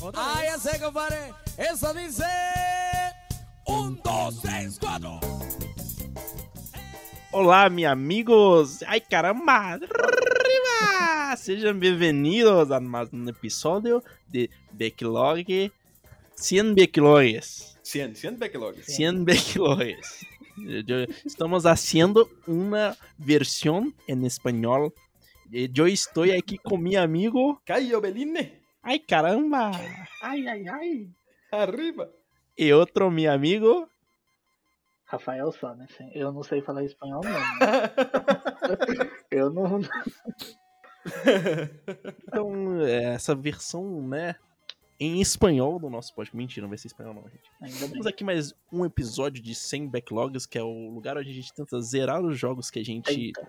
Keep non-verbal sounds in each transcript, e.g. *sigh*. Otra Ahí vez. hace, compadre. Eso dice. Un, dos, tres, cuatro. Olá, meus amigos! Ai, caramba! Arriba! Sejam bem-vindos a mais um episódio de Backlog 100 Backlogs. 100, 100 backlogs. 100 Backlogs. Eu- Estamos fazendo uma versão em espanhol. E Eu estou aqui com meu amigo. Caio Beline, Ai, caramba! Ai, ai, ai! arriba. E outro meu amigo. Rafael Sonnen. Eu não sei falar espanhol, *laughs* não. Eu não. Então, é, essa versão, né? Em espanhol do nosso podcast. Mentira, não vai ser espanhol, não, gente. Ainda bem. Temos aqui mais um episódio de 100 Backlogs, que é o lugar onde a gente tenta zerar os jogos que a gente Eita.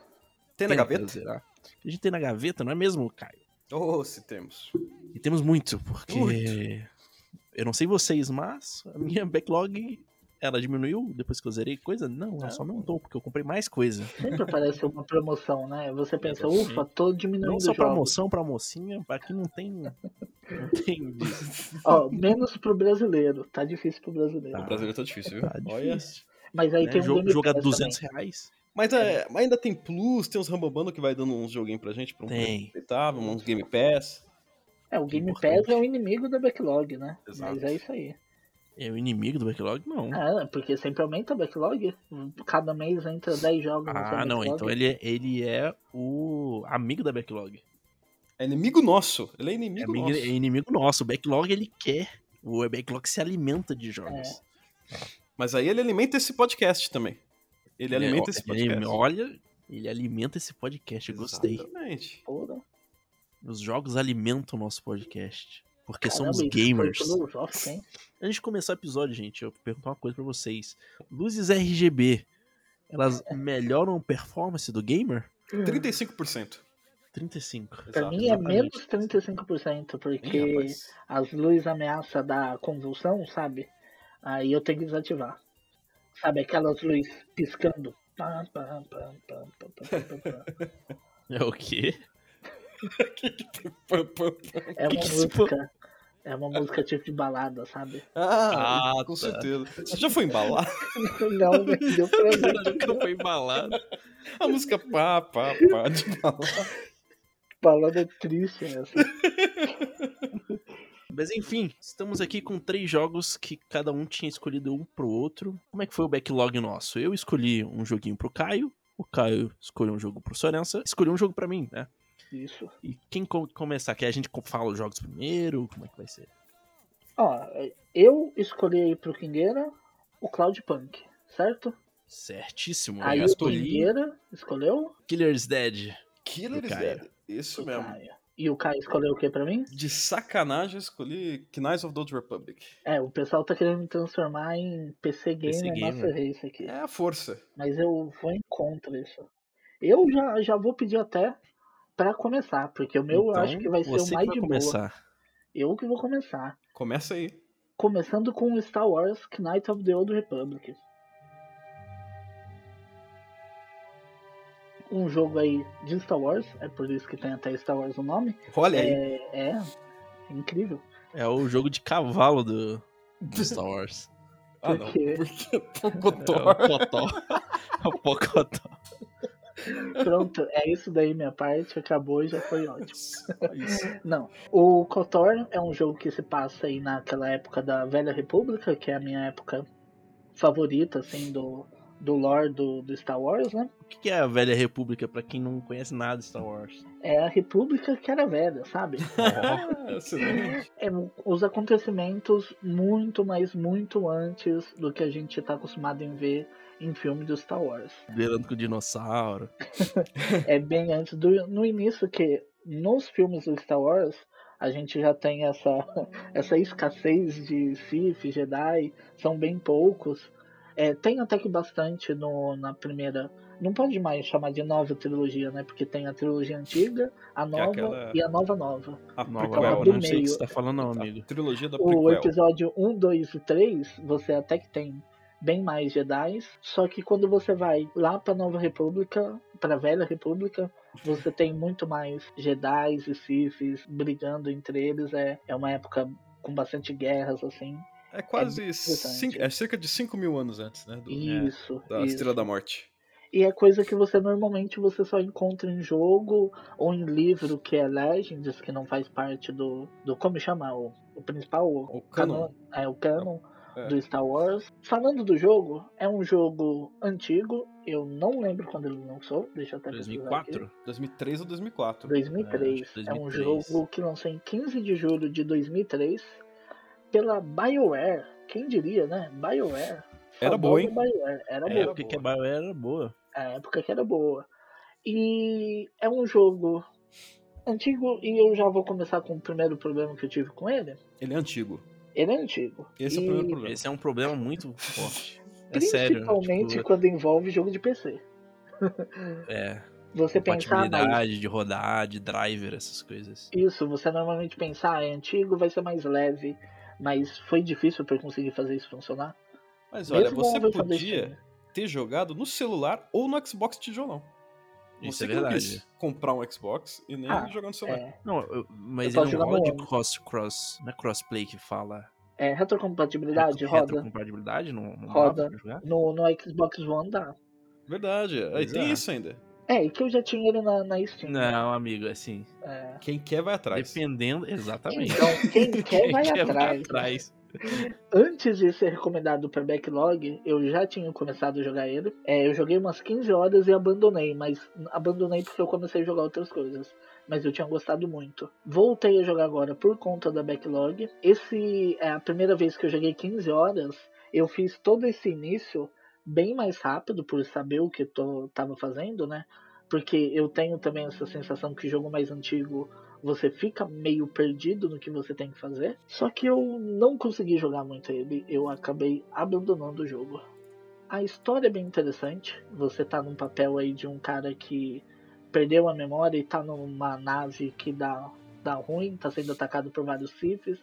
Tem tenta na gaveta? zerar. Que a gente tem na gaveta, não é mesmo, Caio? Oh, se temos. E temos muito, porque Muito. eu não sei vocês, mas a minha backlog ela diminuiu depois que eu zerei coisa? Não, ela só aumentou porque eu comprei mais coisa. Sempre parece uma promoção, né? Você pensa, Exatamente. ufa, tô diminuindo assim, Não o só jogo. pra moção, pra mocinha, pra quem não tem. Não *laughs* tem disso. Ó, menos pro brasileiro. Tá difícil pro brasileiro. Tá. O brasileiro tá difícil, viu? Tá difícil. Tá Mas aí né? tem um Jogo, Game jogo a Pass 200 reais? Mas, é, mas ainda tem plus, tem uns Rambambando que vai dando uns joguinhos pra gente, pra um Tem. aceitável, uns Game Pass. também. É, o Game Importante. Pass é o inimigo da backlog, né? Exato. Mas é isso aí. É o inimigo do backlog? Não. Ah, porque sempre aumenta a backlog. Cada mês entra 10 jogos no seu Ah, não, backlog. então ele é, ele é o amigo da backlog. É inimigo nosso. Ele é É inimigo amigo- nosso. é inimigo nosso. O backlog ele quer. O backlog se alimenta de jogos. Mas aí ele alimenta esse podcast também. É, Ele alimenta esse é ele- podcast. olha, ele alimenta esse podcast. Eu gostei. Exatamente. Porra. Os jogos alimentam o nosso podcast. Porque somos Caramba, isso foi gamers. filosófico, hein? Antes de começar o episódio, gente, eu vou perguntar uma coisa pra vocês. Luzes RGB, *laughs* elas melhoram a performance do gamer? Hum. 35%. 35. Pra Exato. mim é exatamente. menos 35%, porque Ih, rapaz. as luzes ameaça da convulsão, sabe? Aí eu tenho que desativar. Sabe aquelas luzes piscando? Pá, pá, pá, pá, pá, pá, pá, *laughs* pá. É o quê? Pã, pã, pã. É Que uma que isso música. É uma música tipo de balada, sabe? Ah, Ah, com tá. certeza. Você já foi embalar? *laughs* *laughs* Não, mas deu pra ver. Nunca foi embalado. *laughs* A música pá, pá, *laughs* pá, de balar. Balada triste é essa. Mas enfim, estamos aqui com três jogos que cada um tinha escolhido um pro outro. Como é que foi o backlog nosso? Eu escolhi um joguinho pro Caio, o Caio escolheu um jogo pro Sorensa, escolheu um jogo pra mim, né? Isso. E quem co- começar? Quer a gente co- fala os jogos primeiro? Como é que vai ser? Ó, eu escolhi aí pro Kingueira o Cloud Punk, certo? Certíssimo. Aí eu o escolhi Kingueira escolheu Killer's Dead. Killer Do is Caio. dead. Isso o mesmo. Caio. E o Caio escolheu o que pra mim? De sacanagem eu escolhi Knights of the Old Republic. É, o pessoal tá querendo me transformar em PC Gamer, PC Gamer. Master Race aqui. É a força. Mas eu vou em contra isso. Eu já, já vou pedir até pra começar, porque o meu eu Então, acho que vai ser você o que vai mais de boa. começar. Eu que vou começar. Começa aí. Começando com Star Wars Knights of the Old Republic. Um jogo aí de Star Wars, é por isso que tem até Star Wars o nome. Olha aí. É, é incrível. É o jogo de cavalo do, do Star Wars. Ah, não. porque- *laughs* *laughs* Porque *laughs* É o Pocotor. Cotó. *laughs* É o Pocotó. Pronto, é isso daí minha parte, acabou e já foi ótimo. Isso. Não. O KOTOR é um jogo que se passa aí naquela época da Velha República, que é a minha época favorita, assim, do, do lore do, do Star Wars, né? O que que é a Velha República, pra quem não conhece nada de Star Wars? É a República que era velha, sabe? *laughs* Ah, excelente. É um- os acontecimentos muito, mas muito antes do que a gente tá acostumado em ver em filme do Star Wars. Beirando com o dinossauro. É bem antes do. No início, que nos filmes do Star Wars, a gente já tem essa, *laughs* essa escassez de Sith, Jedi, são bem poucos. É, tem até que bastante no, na primeira. Não pode mais chamar de nova trilogia, né? Porque tem a trilogia antiga, a nova aquela- e a nova nova. A Nova, Prequel, nova, do não sei o que meio. você tá falando, não, amigo. A trilogia da O prequel. episódio 1, 2 e 3, você até que tem bem mais Jedi, só que quando você vai lá pra Nova República, pra Velha República, você tem muito mais Jedi e Siths brigando entre eles, é, é uma época com bastante guerras, assim. É quase. interessante. cinco- é cerca de 5 mil anos antes, né? do- Isso. da isso. Estrela da Morte. E é coisa que você normalmente você só encontra em jogo ou em livro que é Legends, que não faz parte do. do como chama? O, o principal? O, O canon. É, o canon É. do Star Wars. Falando do jogo, é um jogo antigo, eu não lembro quando ele lançou, deixa eu até pesquisar aqui. 2004? 2003 ou 2004. 2003. É, acho que É um 2003. jogo que lançou em 15 de julho de 2003 pela BioWare. Quem diria, né? BioWare. Era boa, hein? Famosa BioWare. Era É, boa. porque que a Bioware era boa. A época que era boa. E é um jogo antigo e eu já vou começar com o primeiro problema que eu tive com ele. Ele é antigo. Ele é antigo. Esse é E o primeiro problema. Esse é um problema muito forte. É sério. Principalmente tipo, quando envolve jogo de PC. é, Você pensar na compatibilidade de rodar, de driver, essas coisas. Isso, você normalmente pensa, ah, é antigo, vai ser mais leve. Mas foi difícil pra eu conseguir fazer isso funcionar. Mas olha, Mesmo você eu fazer isso podia funcionar. ter jogado no celular ou no Xbox tijolão. Isso você é que não verdade. quis comprar um Xbox e nem Ah, jogar no celular. É, Não, eu- mas Eu ele posso não jogar roda no de cross, cross. Não é crossplay que fala. é, retrocompatibilidade retro- roda. retrocompatibilidade no, no Roda. mapa pra jogar? No, no Xbox One dá. Verdade. Aí tem Exato. isso ainda. É, e que eu já tinha ele na, na Steam. Não, amigo, assim. É. Quem quer vai atrás. Dependendo. Exatamente. Então, quem quer vai *laughs* Quem atrás. Antes de ser recomendado pra Backlog, eu já tinha começado a jogar ele. É, eu joguei umas 15 horas e abandonei, mas abandonei porque eu comecei a jogar outras coisas. Mas eu tinha gostado muito. Voltei a jogar agora por conta da Backlog. Esse é a primeira vez que eu joguei 15 horas. Eu fiz todo esse início bem mais rápido por saber o que eu tava fazendo, né? Porque eu tenho também essa sensação que jogo mais antigo você fica meio perdido no que você tem que fazer. Só que eu não consegui jogar muito ele, eu acabei abandonando o jogo. A história é bem interessante. Você tá num papel aí de um cara que perdeu a memória e tá numa nave que dá, dá ruim, tá sendo atacado por vários cifres.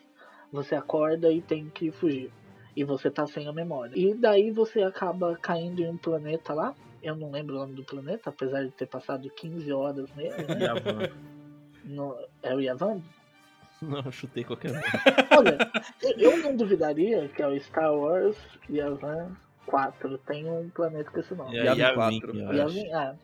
Você acorda e tem que fugir. E você tá sem a memória. E daí você acaba caindo em um planeta lá. Eu não lembro o nome do planeta, apesar de ter passado 15 horas nele, *laughs* né? Yavan. No, é o Yavan? Não, eu chutei qualquer um. Olha, eu eu não duvidaria que é o Star Wars Yavan 4. Tem um planeta com esse nome. É Yavin Yavin, 4. eu acho. Yavin, é.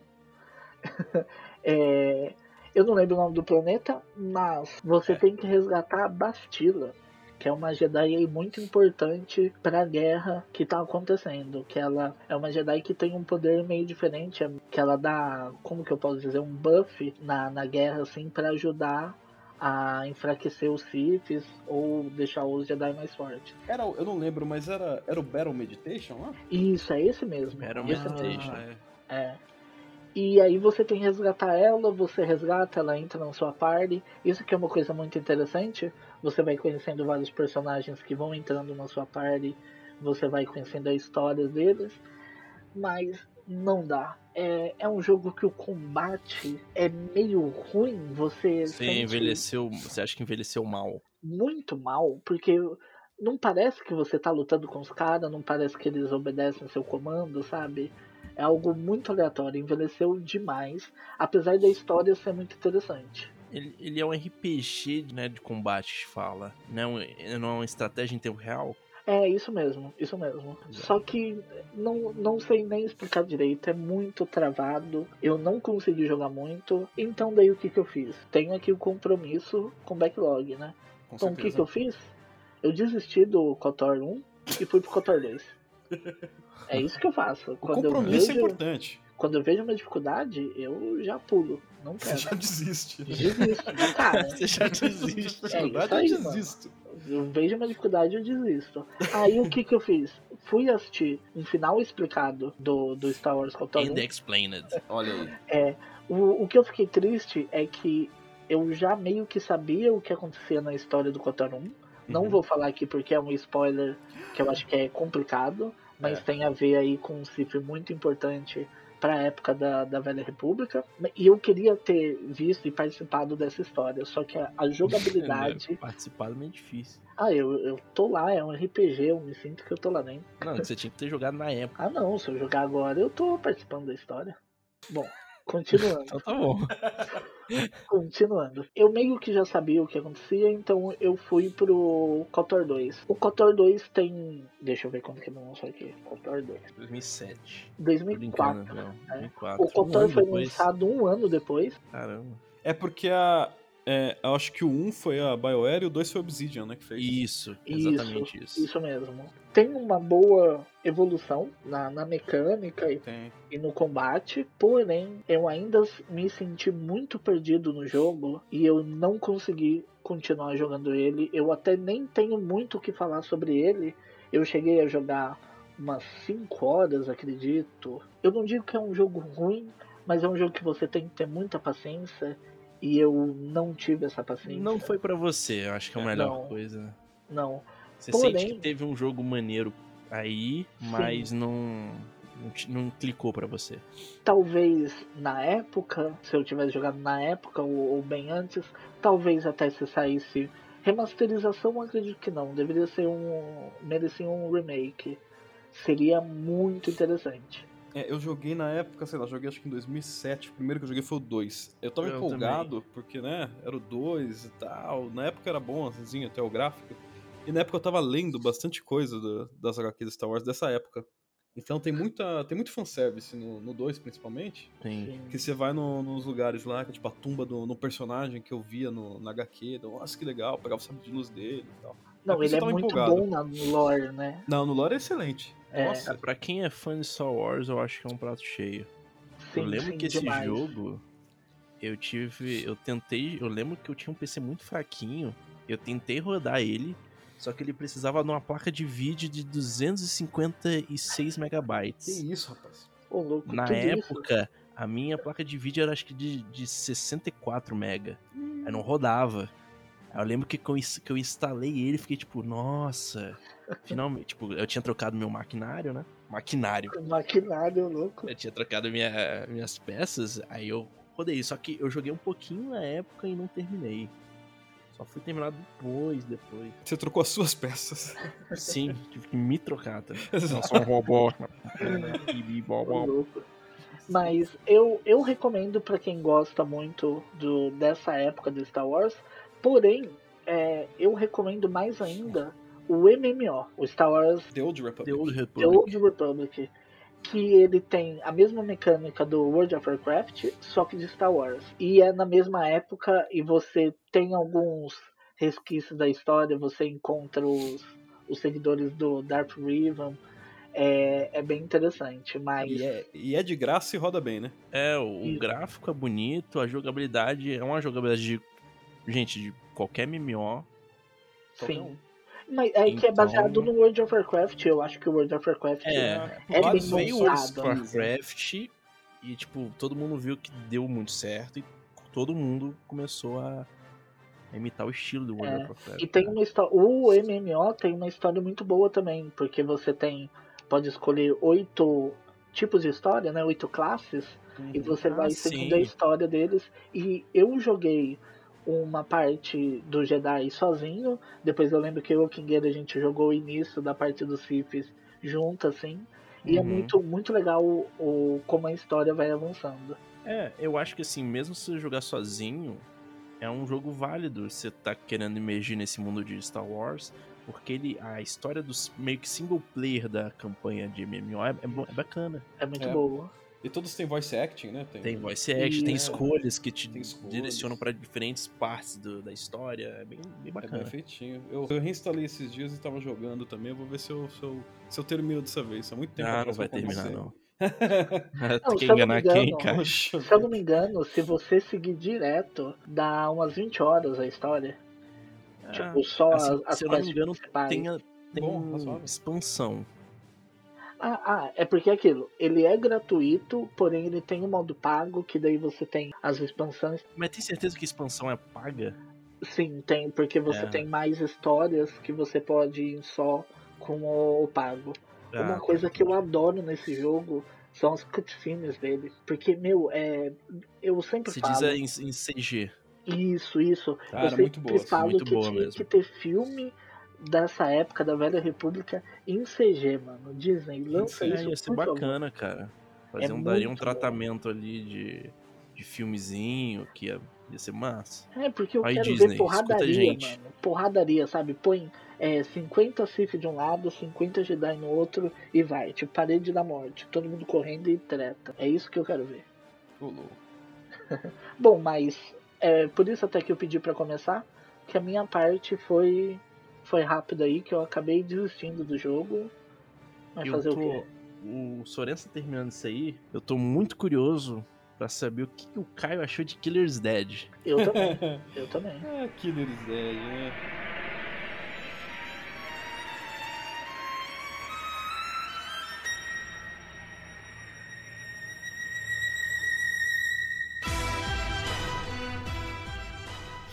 É, *laughs* eu não lembro o nome do planeta, mas você É. tem que resgatar a Bastila, que é uma Jedi aí muito importante para a guerra que tá acontecendo. Que ela é uma Jedi que tem um poder meio diferente, é- que ela dá, como que eu posso dizer, um buff na, na guerra assim para ajudar a enfraquecer os Siths ou deixar os Jedi mais fortes. Era, o- eu não lembro, mas era, era o Battle Meditation lá? Isso, é esse mesmo. Era uma esse Meditation. mesmo. é. É. E aí você tem que resgatar ela, você resgata, ela entra na sua party. Isso que é uma coisa muito interessante. Você vai conhecendo vários personagens que vão entrando na sua party, você vai conhecendo a história deles, mas não dá. É, é um jogo que o combate é meio ruim, você Você sente envelheceu. Você acha que envelheceu mal? muito mal, porque não parece que você tá lutando com os caras, não parece que eles obedecem seu comando, sabe? É algo muito aleatório, envelheceu demais, apesar da história ser muito interessante. Ele, ele é um RPG né, de combate, que se fala. Não é, um- ele não é uma estratégia em tempo real. É, isso mesmo, isso mesmo. Só que não, não sei nem explicar direito, é muito travado, eu não consegui jogar muito, então daí o que que eu fiz? Tenho aqui o compromisso com o backlog, né? Com Então o que certeza. que eu fiz? Eu desisti do Cotor 1 e fui pro Cotor 2. É isso que eu faço. O Quando eu, compromisso é vejo, importante. quando eu vejo uma dificuldade, eu já pulo. Não Você quero. *laughs* já desiste. *laughs* Desisto. Cara, *laughs* Você já *laughs* desiste. Na isso verdade, aí, eu mano. desisto. eu vejo uma dificuldade, eu desisto. Aí o que que eu fiz? Fui assistir um final explicado do, do Star Wars Cotor 1. And explained. Olha aí. O, o que eu fiquei triste é que eu já meio que sabia o que acontecia na história do Kotor 1. Não Uhum. vou falar aqui porque é um spoiler que eu acho que é complicado, mas É. tem a ver aí com um cifre muito importante para a época da, da Velha República. E eu queria ter visto e participado dessa história, só que a, a jogabilidade. Participar *laughs* é meio difícil. ah, eu, eu tô lá, é um RPG, eu me sinto que eu tô lá dentro. Não, você tinha que ter jogado na época. Ah não, se eu jogar agora eu tô participando da história. Bom, Continuando. *laughs* Então tá bom. Continuando. Eu meio que já sabia o que acontecia, então eu fui pro Cotor 2. O Cotor 2 tem. Deixa eu ver quando que lançou aqui. Cotor 2. 2007. Tô brincando, 2004. não. né? 2004. O um Cotor ano foi depois. lançado um ano depois. Caramba. É porque a. é, eu acho que o 1 foi a BioWare e o 2 foi a Obsidian, né? Que fez. Isso, Isso, exatamente isso. Isso mesmo. Tem uma boa evolução na, na mecânica e, Tem. e no combate, porém eu ainda me senti muito perdido no jogo e eu não consegui continuar jogando ele. Eu até nem tenho muito o que falar sobre ele. Eu cheguei a jogar umas 5 horas, acredito. Eu não digo que é um jogo ruim, mas é um jogo que você tem que ter muita paciência. E eu não tive essa paciência. Não foi pra você, eu acho que é a melhor Não. coisa. Não. Você Porém- sente que teve um jogo maneiro aí, mas não, não, te- não clicou pra você. talvez na época, se eu tivesse jogado na época ou, ou bem antes, talvez até se saísse remasterização, eu acredito que não. Deveria ser um. merecia um remake. Seria muito interessante. É, eu joguei na época, sei lá, joguei acho que em 2007. O primeiro que eu joguei foi o 2. Eu tava Eu empolgado, porque, né, era o 2 e tal. Na época era bom, assim, até o gráfico. E na época eu tava lendo bastante coisa do- das HQs Star Wars dessa época. Então tem muita tem muito fanservice no, no 2, principalmente. Sim. Que você vai no- nos lugares lá, que é tipo a tumba do, no personagem que eu via no, na HQ. Então, Nossa, que legal, pegava o sabre de luz dele e tal. Não, por isso ele eu é tava muito empolgado. bom na no lore, né? Não, no lore é excelente. É. Nossa, Pra quem é fã de Star Wars, eu acho que é um prato cheio. Sim, eu lembro sim, que esse demais. jogo eu tive. Eu tentei. Eu lembro que eu tinha um PC muito fraquinho. Eu tentei rodar ele. Só que ele precisava de uma placa de vídeo de 256 que megabytes. isso, rapaz. Ô, louco, Na tudo isso. época, a minha placa de vídeo era acho que de, de 64 mega. Hum. Aí não rodava. Aí eu lembro que quando eu ins- que eu instalei ele, fiquei tipo, *laughs* nossa, finalmente. Tipo, eu tinha trocado meu maquinário, né? Maquinário. Maquinário, louco. Eu tinha trocado minha- minhas peças, aí eu rodei. Só que eu joguei um pouquinho na época e não terminei. Só fui terminar depois, depois. Você trocou as suas peças. *laughs* Sim, *laughs* tive que me trocar também. Exato. um *laughs* robô. Tá Ô, louco. Mas eu, eu recomendo pra quem gosta muito do, dessa época de Star Wars. Porém, é, eu recomendo mais ainda o MMO, o Star Wars The Old Republic. The Old The Republic. Old Republic. Que ele tem a mesma mecânica do World of Warcraft, só que de Star Wars. E é na mesma época e você tem alguns resquícios da história, você encontra os, os seguidores do Darth Revan. É, é bem interessante, mas. E é, e é de graça e roda bem, né? É, o, o Isso. gráfico é bonito, a jogabilidade é uma jogabilidade de. Gente, de qualquer MMO. Sim. um. Mas é que é Então- baseado no World of Warcraft, eu acho que o World of Warcraft. Ah, É, É quando bem veio o montado, Warcraft e, tipo, todo mundo viu que deu muito certo e todo mundo começou a a imitar o estilo do World É, of Warcraft. E tem né? uma história. O MMO tem uma história muito boa também, porque você tem. Pode escolher oito tipos de história, né? Oito classes. E você vai Ah, seguindo sim. a história deles. E eu joguei uma parte do Jedi sozinho. Depois eu lembro que eu e o Kingueira a gente jogou o início da parte dos Sifis junto, assim. E é Uhum. muito, muito legal o, o- como a história vai avançando. É, eu acho que assim, mesmo se você jogar sozinho, é um jogo válido. Você tá querendo emergir nesse mundo de Star Wars, porque ele, a história do s- meio que single player da campanha de MMO é, é, bo- é bacana. É muito É. boa. E todos têm voice acting, né? Tem voice act, tem é. escolhas que te Tem escolhas. direcionam pra diferentes partes do- da história. É bem, bem É bem bacana. feitinho. Eu, eu reinstalei esses dias e tava jogando também. Eu vou ver se eu, se eu, se eu termino dessa vez. Há muito tempo ah, não atrás vai que eu terminar, *laughs* comecei. não. Não, Ah, Tem se que eu não me enganar quem, engano, cara? Poxa, Se eu não me engano, se você seguir direto, dá umas 20 horas a história. Ah, tipo, só assim, as, as se eu não me quests engano, principais. tem, a- tem um Bom, razoável. expansão. Ah, ah, é porque é aquilo. Ele é gratuito, porém ele tem um modo pago, que daí você tem as expansões. Mas tem certeza que expansão é paga? Sim, tem, porque você É. tem mais histórias que você pode ir só com o, o pago. Uma Ah, coisa que eu adoro nesse jogo são as cutscenes dele. Porque, meu, é. Eu sempre se diz falo. em, em CG. Isso, isso. cara, eu muito sempre boa. assim. falo muito que boa tinha mesmo. que ter filme dessa época da Velha República em CG, mano. Disney, lança É, isso, ia ser por favor. bacana, cara. Fazer É um, daria um muito tratamento ali de, de filmezinho, que ia, ia ser massa. É, porque eu Aí, quero Disney, ver escuta a porradaria, gente. mano. Porradaria, sabe? Põe é, 50 Sif de um lado, 50 Jedi no outro e vai. Tipo, parede da morte. Todo mundo correndo e treta. É isso que eu quero ver. Ô, louco. *laughs* Bom, mas é, por isso até que eu pedi pra começar, que a minha parte foi foi rápida aí, que eu acabei desistindo do jogo. Mas eu fazer o tô. quê? O Sorensen terminando isso aí, eu tô muito curioso pra saber o que, que o Caio achou de Killer's Dead. Eu também, *laughs* eu também. ah, Killer Zed, né?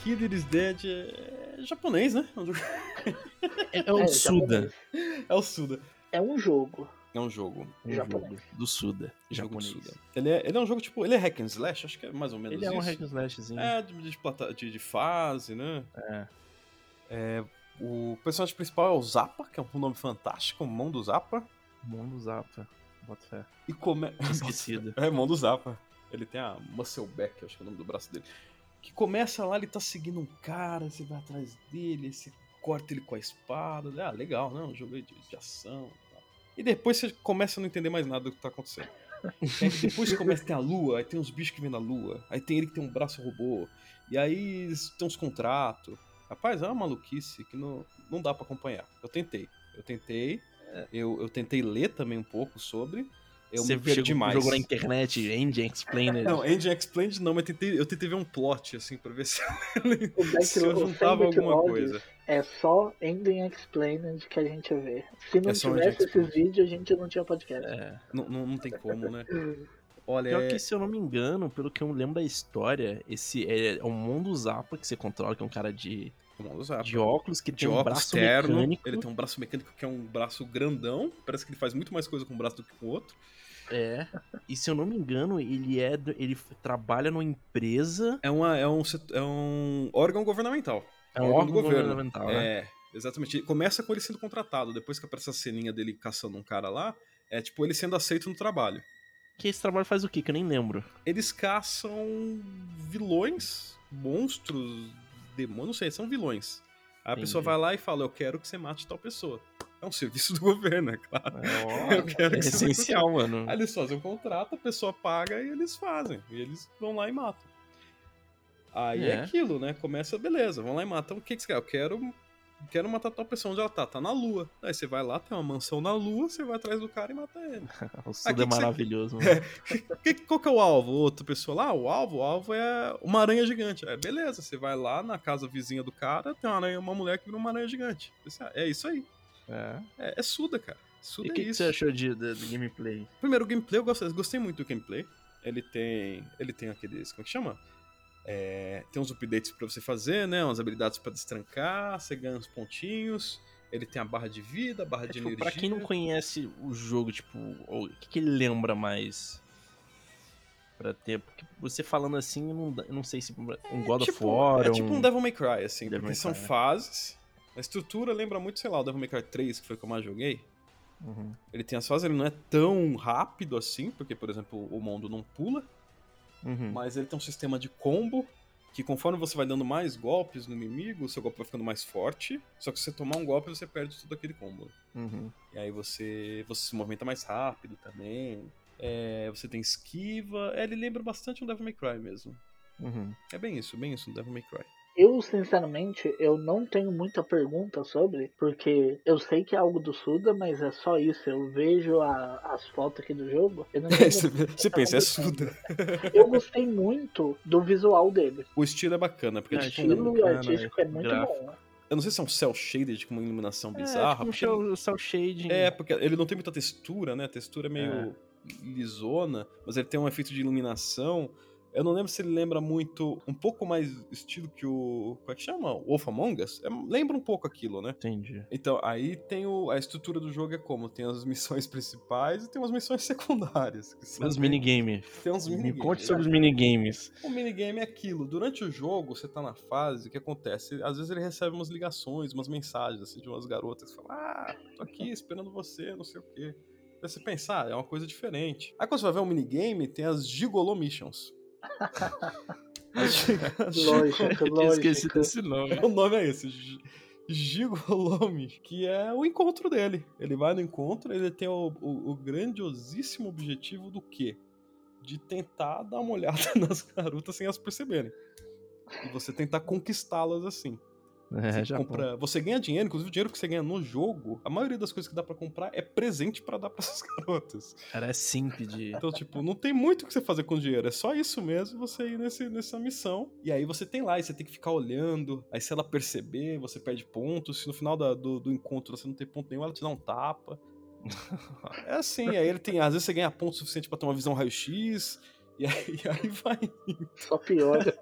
Killer is Dead é é japonês, né? *laughs* É, é o É, Suda. japonês. *laughs* É o Suda. É um jogo. É um jogo. Um Japonês. jogo do Suda. jogo do Japonês. Suda. Ele é, ele é um jogo tipo. Ele é hack and slash, acho que é mais ou menos Ele é um isso. hack and slashzinho. É, de, de plata- de- de fase, né? É. É, o personagem principal é o Zappa, que é um nome fantástico, Mão do Zappa. Mundo Zapa. Bota *laughs* fé. E come... Tinha esquecido. É, Mão do Zappa. Ele tem a Muscleback, acho que é o nome do braço dele. Que começa lá, ele tá seguindo um cara, você vai atrás dele, aí você corta ele com a espada. Ah, legal, né? Um jogo aí de, de ação. e tal. E depois você começa a não entender mais nada do que tá acontecendo. Aí depois você começa, tem a lua, aí tem uns bichos que vêm na lua, aí tem ele que tem um braço robô, e aí tem uns contratos. Rapaz, é uma maluquice que não, não dá pra acompanhar. Eu tentei, eu tentei, eu, eu tentei ler também um pouco sobre, eu Você me perdi chegou- demais. jogou na internet, Engine Explainer. Não, é- Engine Explained não, mas tentei, eu tentei ver um plot, assim, pra ver *laughs* se, *laughs* O Back- se eu Tá o juntava Sandback alguma Lodge coisa. É só Ending Explained que a gente vê. Se não É só Ending tivesse esses Explained. vídeos, a gente não tinha podcast. É. Não, não, não tem como, né? Olha, Pior é- que, se eu não me engano, pelo que eu lembro da história, esse é, é um mundo Zapa que você controla, que é um cara de, vamos usar. de óculos que de tem um óculos braço externo, mecânico. ele tem um braço mecânico que é um braço grandão, parece que ele faz muito mais coisa com um braço do que com o outro. É. E se eu não me engano, ele é do- ele f- trabalha numa empresa. É, uma, é, um, set- é um órgão governamental. É um órgão do governo. governamental, né? É, exatamente. E Começa com ele sendo contratado, depois que aparece a ceninha dele caçando um cara lá, é tipo ele sendo aceito no trabalho. Que esse trabalho faz o quê? Que eu nem lembro. eles caçam vilões, monstros, demônios, não sei, são vilões. Aí a Entendi. pessoa vai lá e fala: Eu quero que você mate tal pessoa. É um *laughs* serviço do governo, é claro. Eu É, *laughs* quero é que você mate essencial, *laughs* mano. Aí eles fazem um contrato, a pessoa paga e eles fazem. E eles vão lá e matam. Aí é, É. aquilo, né? Começa, beleza, vão lá e matam. O que, que você quer? Eu quero, quero matar tal pessoa. Onde ela tá? Tá na lua. Aí você vai lá, tem uma mansão na lua, você vai atrás do cara e mata ele. O Suda que é que você- maravilhoso, *laughs* mano. Que- qual que é o alvo? Outra pessoa lá, o alvo, o alvo é uma aranha gigante. É, beleza, você vai lá na casa vizinha do cara, tem uma, aranha, uma mulher que vira uma aranha gigante. Você, ah, É isso aí. É. É, é Suda, cara. E Suda o que, é que isso. você achou de, de- do gameplay? Primeiro, o gameplay, eu gostei, eu gostei muito do gameplay. Ele tem. Ele tem aqueles. Como é que chama? É, tem uns updates pra você fazer, né? Umas habilidades pra destrancar, você ganha uns pontinhos. Ele tem a barra de vida, a É, barra de tipo, energia. pra quem não conhece o jogo, tipo, o que, que ele lembra mais? Pra ter. Porque você falando assim, eu não, dá- eu não sei se. Um God of tipo, War. É tipo um Devil May Cry, assim, Devil porque May são Cry, né? fases. A estrutura lembra muito, sei lá, o Devil May Cry 3, que foi que eu mais joguei. Uhum. Ele tem as fases, ele não é tão rápido assim, porque, por exemplo, o mundo não pula, Uhum. mas ele tem um sistema de combo que conforme você vai dando mais golpes no inimigo, o seu golpe vai ficando mais forte. Só que se você tomar um golpe, você perde tudo aquele combo. Uhum. E aí você, você se movimenta mais rápido também. É, você tem esquiva. É, ele lembra bastante um Devil May Cry mesmo. Uhum. É bem isso, bem isso, um Devil May *laughs* Cry. Eu, sinceramente, eu não tenho muita pergunta sobre, porque eu sei que é algo do Suda, mas é só isso. Eu vejo a- as fotos aqui do jogo. *laughs* Eu, não tenho- você pensa, é Suda. eu gostei muito do visual dele. O estilo é bacana, porque É, O tipo, estilo estilo bacana, artístico é muito gráfico. bom. eu não sei se é um cel shaded com uma iluminação É, bizarra. tipo um porque cel- ele- cel shading. É, porque ele não tem muita textura, né? A textura é meio lisona, mas ele tem um efeito de iluminação. Eu não lembro se ele lembra muito, um pouco mais estilo que o. Como é que chama? O Wolf Among Us? É, lembra um pouco aquilo, né? Entendi. Então, aí tem o. A estrutura do jogo é como? Tem as missões *laughs* principais e tem umas missões secundárias. Que são Os bem- minigames. Tem uns Me minigames. conte sobre os *laughs* minigames. O minigame é aquilo. Durante o jogo, você tá na fase, o que acontece? Às vezes ele recebe umas ligações, umas mensagens, assim, de umas garotas que falam, ah, tô aqui esperando você, não sei o quê. Aí você pensar, é uma coisa diferente. Aí quando você vai ver um minigame, tem as Gigolo Missions. As gi- as gi- *laughs* Lógico, *laughs* Eu tinha esquecido lógico. esse nome. o nome é esse, Gi- Gigolo Mission, que é o encontro dele. Ele vai no encontro, ele tem o, o- o grandiosíssimo objetivo do quê? De tentar dar uma olhada *laughs* nas garotas sem elas perceberem. E você tentar conquistá-las assim. É, Você, já compra- você ganha dinheiro, inclusive o dinheiro que você ganha no jogo, a maioria das coisas que dá pra comprar é presente pra dar pra essas *laughs* garotas. Cara, é simp de. Então, tipo, não tem muito o que você fazer com o dinheiro, é só isso mesmo, você ir nesse, nessa missão. E aí você tem lá, e você tem que ficar olhando, aí se ela perceber, você perde pontos, se no final da- do, do encontro você não tem ponto nenhum, ela te dá um tapa. É assim, aí ele tem, às vezes você ganha ponto suficiente pra ter uma visão raio-x, e aí, *laughs* e aí vai, Só piora,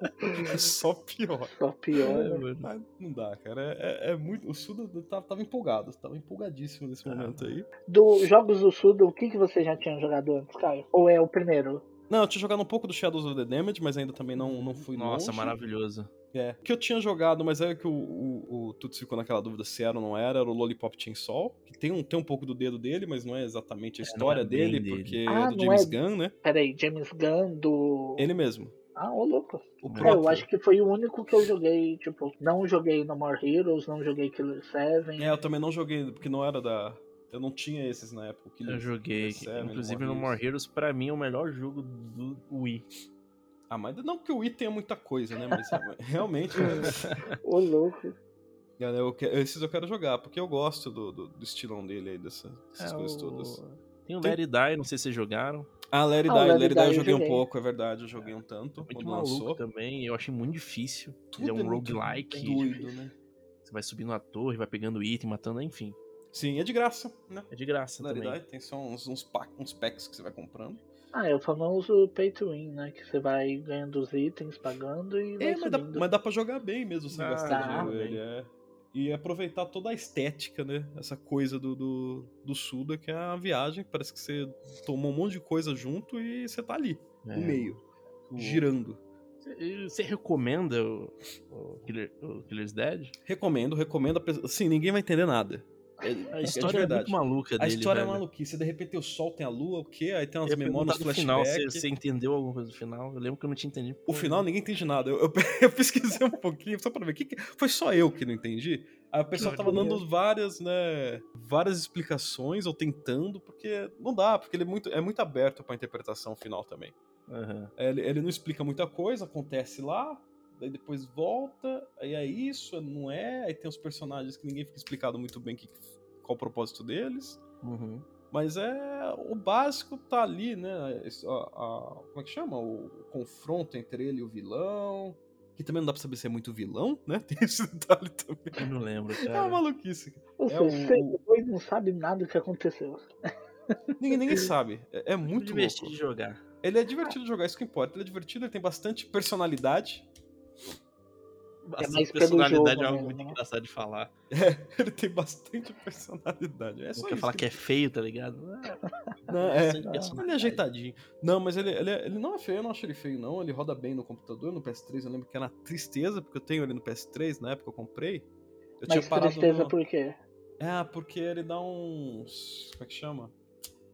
é só pior. *laughs* só piora. Mas não dá, cara. É, é- é muito. O Suda tá- tava empolgado, tava empolgadíssimo nesse momento aí. Do Jogos do Sul, o que, que você já tinha jogado antes, Caio? Ou é o primeiro? Não, eu tinha jogado um pouco do Shadows of the Damage, mas ainda também não, não fui Nossa, longe. maravilhoso. É. O que eu tinha jogado, mas é que o, o, o Tuts ficou naquela dúvida se era ou não era, era o Lollipop Chainsaw, que tem um, tem um pouco do dedo dele, mas não é exatamente a não é história bem dele, dele. porque Ah, é do não James é- Gunn, né? Peraí, James Gunn do. Ele mesmo. Ah, ô louco. O É, É, próprio. eu acho que foi o único que eu joguei, tipo, não joguei No More Heroes, não joguei Killer Seven. É, eu também não joguei, porque não era da. Eu não tinha esses na época. o Killer- Eu joguei. Killer Seven, Inclusive, no More More Heroes. Heroes, pra mim, é o melhor jogo do Wii. Ah, mas não que o Wii tenha muita coisa, né? Mas *laughs* realmente. É. É. Ô louco. Cara, eu que- esses eu quero jogar, porque eu gosto do, do, do estilão dele aí, dessa, dessas É, coisas o- todas. Tem o Tem- Larry Die, não sei se vocês jogaram. Ah, Larry Die, Ah, o Larry Larry, Die eu Die eu joguei um joguei. pouco, é verdade, eu joguei um tanto É Muito quando maluco lançou. também, eu achei muito difícil. Tudo Ele é um muito roguelike. Doido, né? Você vai subindo a torre, vai pegando item, matando, enfim. Sim, é de graça, né? É de graça Larry também. Die tem só uns, uns, pack- uns packs que você vai comprando. Ah, é o famoso pay to win, né? Que você vai ganhando os itens, pagando e vai É, mas dá, subindo. mas dá pra jogar bem mesmo sem Ah, gastar dá, dinheiro. bem. Ele é... E aproveitar toda a estética, né? Essa coisa do, do, do Suda, que é a viagem. Parece que você tomou um monte de coisa junto e você tá ali, É. no meio, O- girando. E Você recomenda o, o, Killer- o Killer's Dead? Recomendo, recomendo. a pessoa- Assim, ninguém vai entender nada. A de história é, verdade. muito maluca a dele, história é velho. maluquice. De repente tem o sol, tem a lua, o quê? Aí tem Eu umas ia memórias perguntar no final, flashback. você, você entendeu alguma coisa do final? Eu lembro que eu não tinha entendido. O final ninguém entende nada. Eu, eu- *laughs* eu pesquisei um pouquinho só pra ver. Que que- Foi só eu que não entendi. Aí o pessoal tava dando várias, né? Várias explicações ou tentando, porque não dá, porque ele é muito, é muito aberto pra interpretação final também. É, Aham. Ele, ele não explica muita coisa, acontece lá, daí depois volta, aí é isso, não é, aí tem os personagens que ninguém fica explicado muito bem que- qual o propósito deles. Uhum. Mas é. O básico tá ali, né? Esse- a- a- como é que chama? O, o confronto entre ele e o vilão. Que também não dá pra saber se é muito vilão, né? *laughs* Tem esse detalhe também. Eu não lembro, *laughs* É uma cara. maluquice. Ou é seja, você o- jogou e não sabe nada do que aconteceu. Ninguém, ninguém sabe. *laughs* É, é muito divertido louco. de jogar. Ele é divertido de jogar, isso que importa. Ele é divertido, ele tem bastante personalidade. *laughs* Bastante É mais pelo personalidade jogo é algo mesmo, muito né? engraçado de falar. Ele tem bastante personalidade. É só não quer isso falar que é feio, tá ligado? Ah, Não, é. bastante personalidade. Ele é ajeitadinho. Não, mas ele, ele, é- ele não é feio, eu não acho ele feio, não. Ele roda bem no computador, no PS3. Eu lembro que era uma tristeza, porque eu tenho ele no PS3, na época eu comprei. Eu Mas tristeza no- por quê? É, porque ele dá uns. Como é que chama?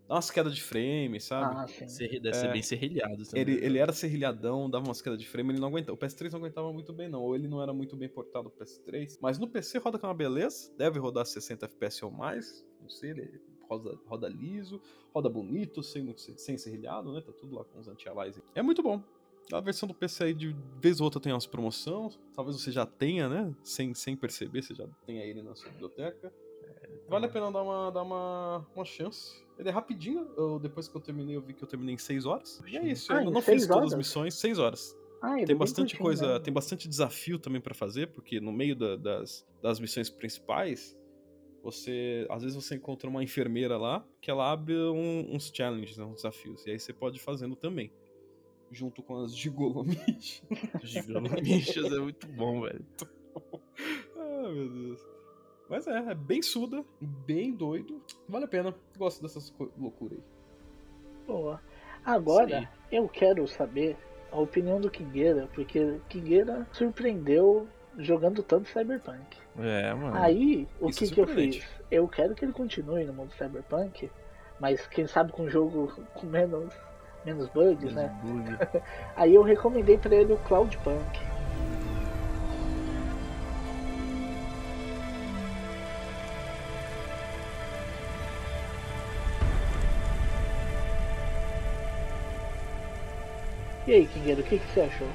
Dá umas quedas de frame, sabe? Ah, sim. Serri- *laughs* Deve ser É. bem serrilhado também. ele, ele era serrilhadão, dava umas quedas de frame, ele não aguentava. O PS3 não aguentava muito bem, não. Ou ele não era muito bem portado pro PS3. Mas no PC roda com uma beleza. Deve rodar 60 FPS ou mais. Não sei, ele roda, roda liso, roda bonito, sem, muito, ser- sem serrilhado, né? Tá tudo lá com os anti-aliasing. É muito bom. A versão do PC aí, de vez ou outra, tem umas promoções. Talvez você já tenha, né? Sem, sem perceber, você já tenha ele na sua biblioteca. É, Vale a pena dar uma, dar uma, uma chance. Ele é rapidinho. Eu, depois que eu terminei, eu vi que eu terminei em 6 horas. E é isso. Ah, eu em não seis fiz todas as horas? missões, 6 horas. Ah, ele Tem é bastante bem curtinho, coisa, né? tem bastante desafio também pra fazer, porque no meio da- das, das missões principais, você. Às vezes você encontra uma enfermeira lá que ela abre um- uns challenges, né, uns desafios. E aí você pode ir fazendo também. Junto com as gigolomites. é *laughs* Gigolomichas é muito bom, velho. *laughs* Ah, meu Deus. Mas é, é bem suda, bem doido. Vale a pena. Gosto dessas co- loucuras aí. Boa. Agora, Isso eu quero saber a opinião do Kingueira, porque Kingueira surpreendeu jogando tanto Cyberpunk. É, mano. Aí, o isso que, é que eu surpreendente. fiz? Eu quero que ele continue no mundo Cyberpunk, Mas quem sabe com um jogo com menos, menos é bugs, né? Bug. Aí eu recomendei pra ele o Cloud Punk. E aí, Kingueiro, o que, que você achou?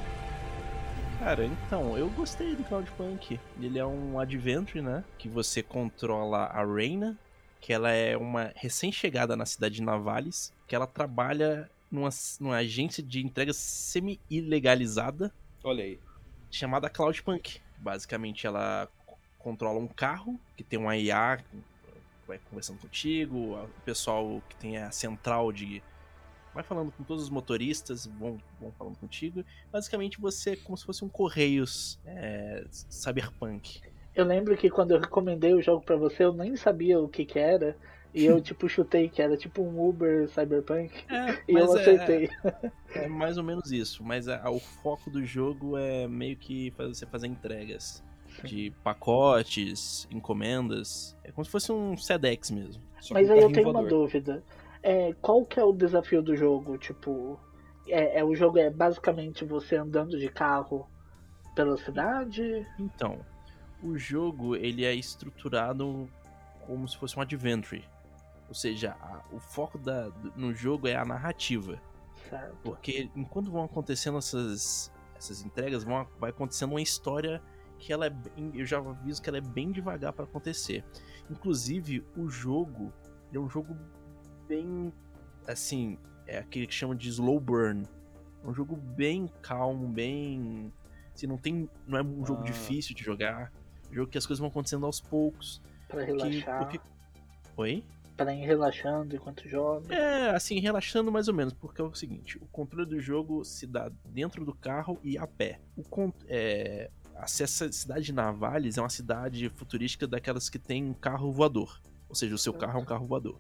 Cara, então, eu gostei do Cloudpunk. Ele é um adventure, né? Que você controla a Reina, que ela é uma recém-chegada na cidade de Navales, que ela trabalha numa, numa agência de entrega semi-ilegalizada Olha aí. chamada Cloudpunk. Basicamente, ela c- controla um carro que tem uma IA que vai conversando contigo, a- o pessoal que tem a central de. Vai falando com todos os motoristas, vão, vão falando contigo. Basicamente, você é como se fosse um Correios é, Cyberpunk. Eu lembro que quando eu recomendei o jogo pra você, eu nem sabia o que que era. E *laughs* eu, tipo, chutei que era tipo um Uber Cyberpunk. É, E eu acertei. É mais ou menos isso, mas a- o foco do jogo é meio que fazer- você fazer entregas de pacotes, encomendas. É como se fosse um SEDEX mesmo. Só Mas com aí eu carrinho tenho uma voador. dúvida. É, qual que é o desafio do jogo? Tipo, é, é- o jogo é basicamente você andando de carro pela cidade? Então, o jogo ele é estruturado como se fosse um adventure. Ou seja, a- o foco da- do- no jogo é a narrativa. Certo. Porque enquanto vão acontecendo essas, essas entregas, vão, vai acontecendo uma história que ela é bem, eu já aviso que ela é bem devagar pra acontecer. Inclusive, o jogo ele é um jogo bem assim, é aquele que chama de slow burn. É um jogo bem calmo, bem assim, não tem não é um jogo Ah. difícil de jogar. É um jogo que as coisas vão acontecendo aos poucos. Pra Que, relaxar, porque... Oi? pra ir relaxando enquanto joga. É, assim, relaxando mais ou menos, porque é o seguinte: o controle do jogo se dá dentro do carro e a pé. O con- é, essa cidade de Navales é uma cidade futurística daquelas que tem um carro voador. Ou seja, o seu carro é um carro voador.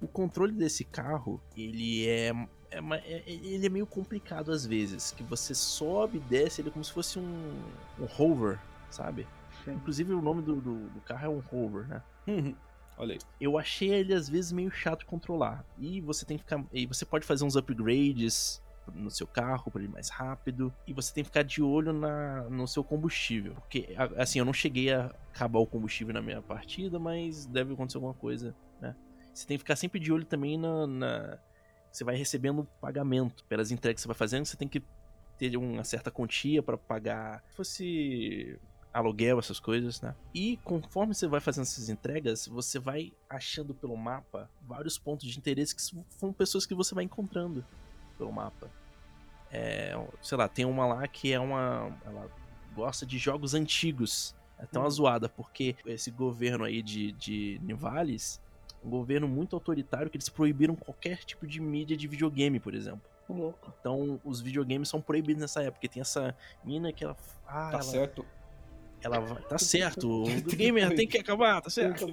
O controle desse carro, ele é. é uma- é- ele é meio complicado às vezes. Que você sobe e desce ele é como se fosse um, um hover, sabe? Sim. Inclusive o nome do, do- do carro é um hover, né? Uhum. Olha aí. tá eu achei ele às vezes meio chato de controlar. E você tem que ficar. E você pode fazer uns upgrades no seu carro para ele ir mais rápido. E você tem que ficar de olho na, no seu combustível. Porque, a- assim, eu não cheguei a acabar o combustível na minha partida, mas deve acontecer alguma coisa, né? Você tem que ficar sempre de olho também na. na- Você vai recebendo pagamento pelas entregas que você vai fazendo, você tem que ter uma certa quantia para pagar. Se fosse aluguel, essas coisas, né? E conforme você vai fazendo essas entregas, você vai achando pelo mapa vários pontos de interesse que são pessoas que você vai encontrando pelo mapa. É, sei lá, tem uma lá que é uma. Ela gosta de jogos antigos. É até uma zoada, porque esse governo aí de, de Nivales é um governo muito autoritário que eles proibiram qualquer tipo de mídia de videogame, por exemplo. Louco. Então, os videogames são proibidos nessa época. E tem essa mina que ela. Ah, Tá ela certo. ela vai. *laughs* Tá certo, o gamer tem que acabar, tá certo?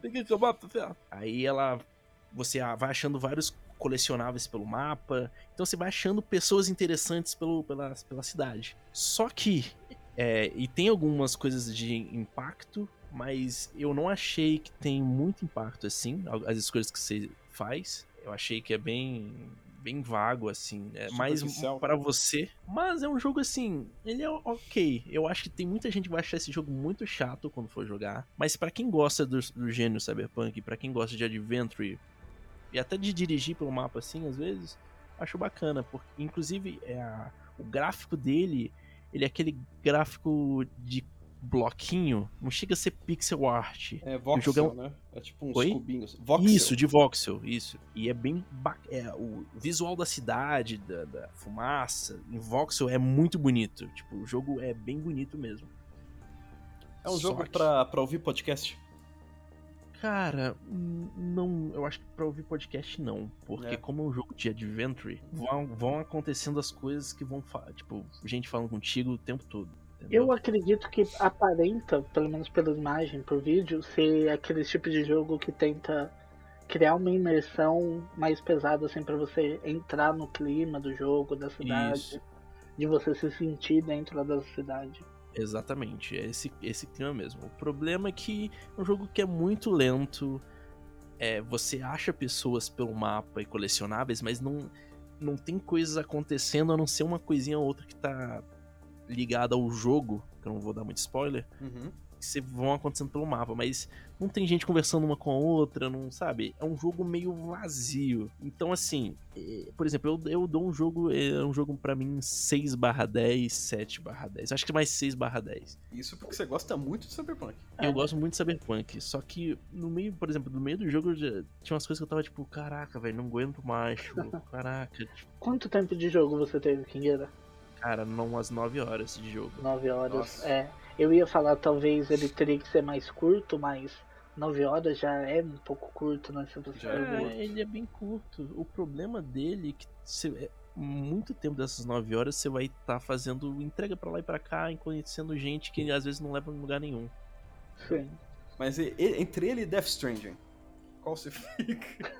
Tem que acabar, tá certo? Aí ela. Você a- vai achando vários colecionáveis pelo mapa. Então você vai achando pessoas interessantes pelo, pela, pela cidade. Só que. é, e tem algumas coisas de impacto, mas eu não achei que tem muito impacto assim. al- As escolhas que você faz. Eu achei que é bem. Bem vago, assim. É mais Superficial. pra você. Mas é um jogo assim. Ele é ok. Eu acho que tem muita gente que vai achar esse jogo muito chato quando for jogar. Mas pra quem gosta do, do gênio cyberpunk, pra quem gosta de adventure e até de dirigir pelo mapa assim, às vezes, acho bacana. Porque, inclusive, é a- o gráfico dele, ele é aquele gráfico de bloquinho. Não chega a ser pixel art. É O jogo é voxel, um- né? É tipo uns Oi? cubinhos. Voxel. Isso, de voxel, isso. E é bem ba- é, o visual da cidade, da, da fumaça, em voxel é muito bonito. Tipo, o jogo é bem bonito mesmo. É um jogo Sorte. pra, pra ouvir podcast. Cara, n- não, eu acho que pra ouvir podcast não, porque É. como é um jogo de adventure, vão, vão acontecendo as coisas que vão, fa- tipo, gente falando contigo o tempo todo. entendeu? Eu acredito que aparenta, pelo menos pela imagem, por vídeo, ser aquele tipo de jogo que tenta criar uma imersão mais pesada, assim, pra você entrar no clima do jogo, da cidade, Isso. de você se sentir dentro da cidade. Exatamente, é esse, esse clima mesmo. O problema é que é um jogo que é muito lento, é, você acha pessoas pelo mapa e colecionáveis, mas não, não tem coisas acontecendo a não ser uma coisinha ou outra que tá ligada ao jogo, que eu não vou dar muito spoiler, Uhum. que se vão acontecendo pelo mapa, mas não tem gente conversando uma com a outra, não sabe? É um jogo meio vazio. Então, assim, eh, por exemplo, eu, eu dou um jogo, é um jogo pra mim 6 10, 7 10, acho que mais 6 10. Isso porque você gosta muito de Cyberpunk. Eu gosto muito de Cyberpunk, só que no meio, por exemplo, no meio do jogo eu já- tinha umas coisas que eu tava tipo, caraca, velho, não aguento mais, Chulo. caraca, tipo, Quanto tempo de jogo você teve, Kingueira? cara, não umas 9 horas de jogo. Nove horas. Nossa. É. Eu ia falar, talvez ele teria que ser mais curto, mas nove horas já é um pouco curto, né? Se você Já for ver. curto. É, ele é bem curto. O problema dele é que você, é, muito tempo dessas 9 horas você vai estar fazendo entrega pra lá e pra cá, e conhecendo gente que às vezes não leva em lugar nenhum. Sim. *laughs* Mas e- e- entre ele e Death Stranding, qual você fica?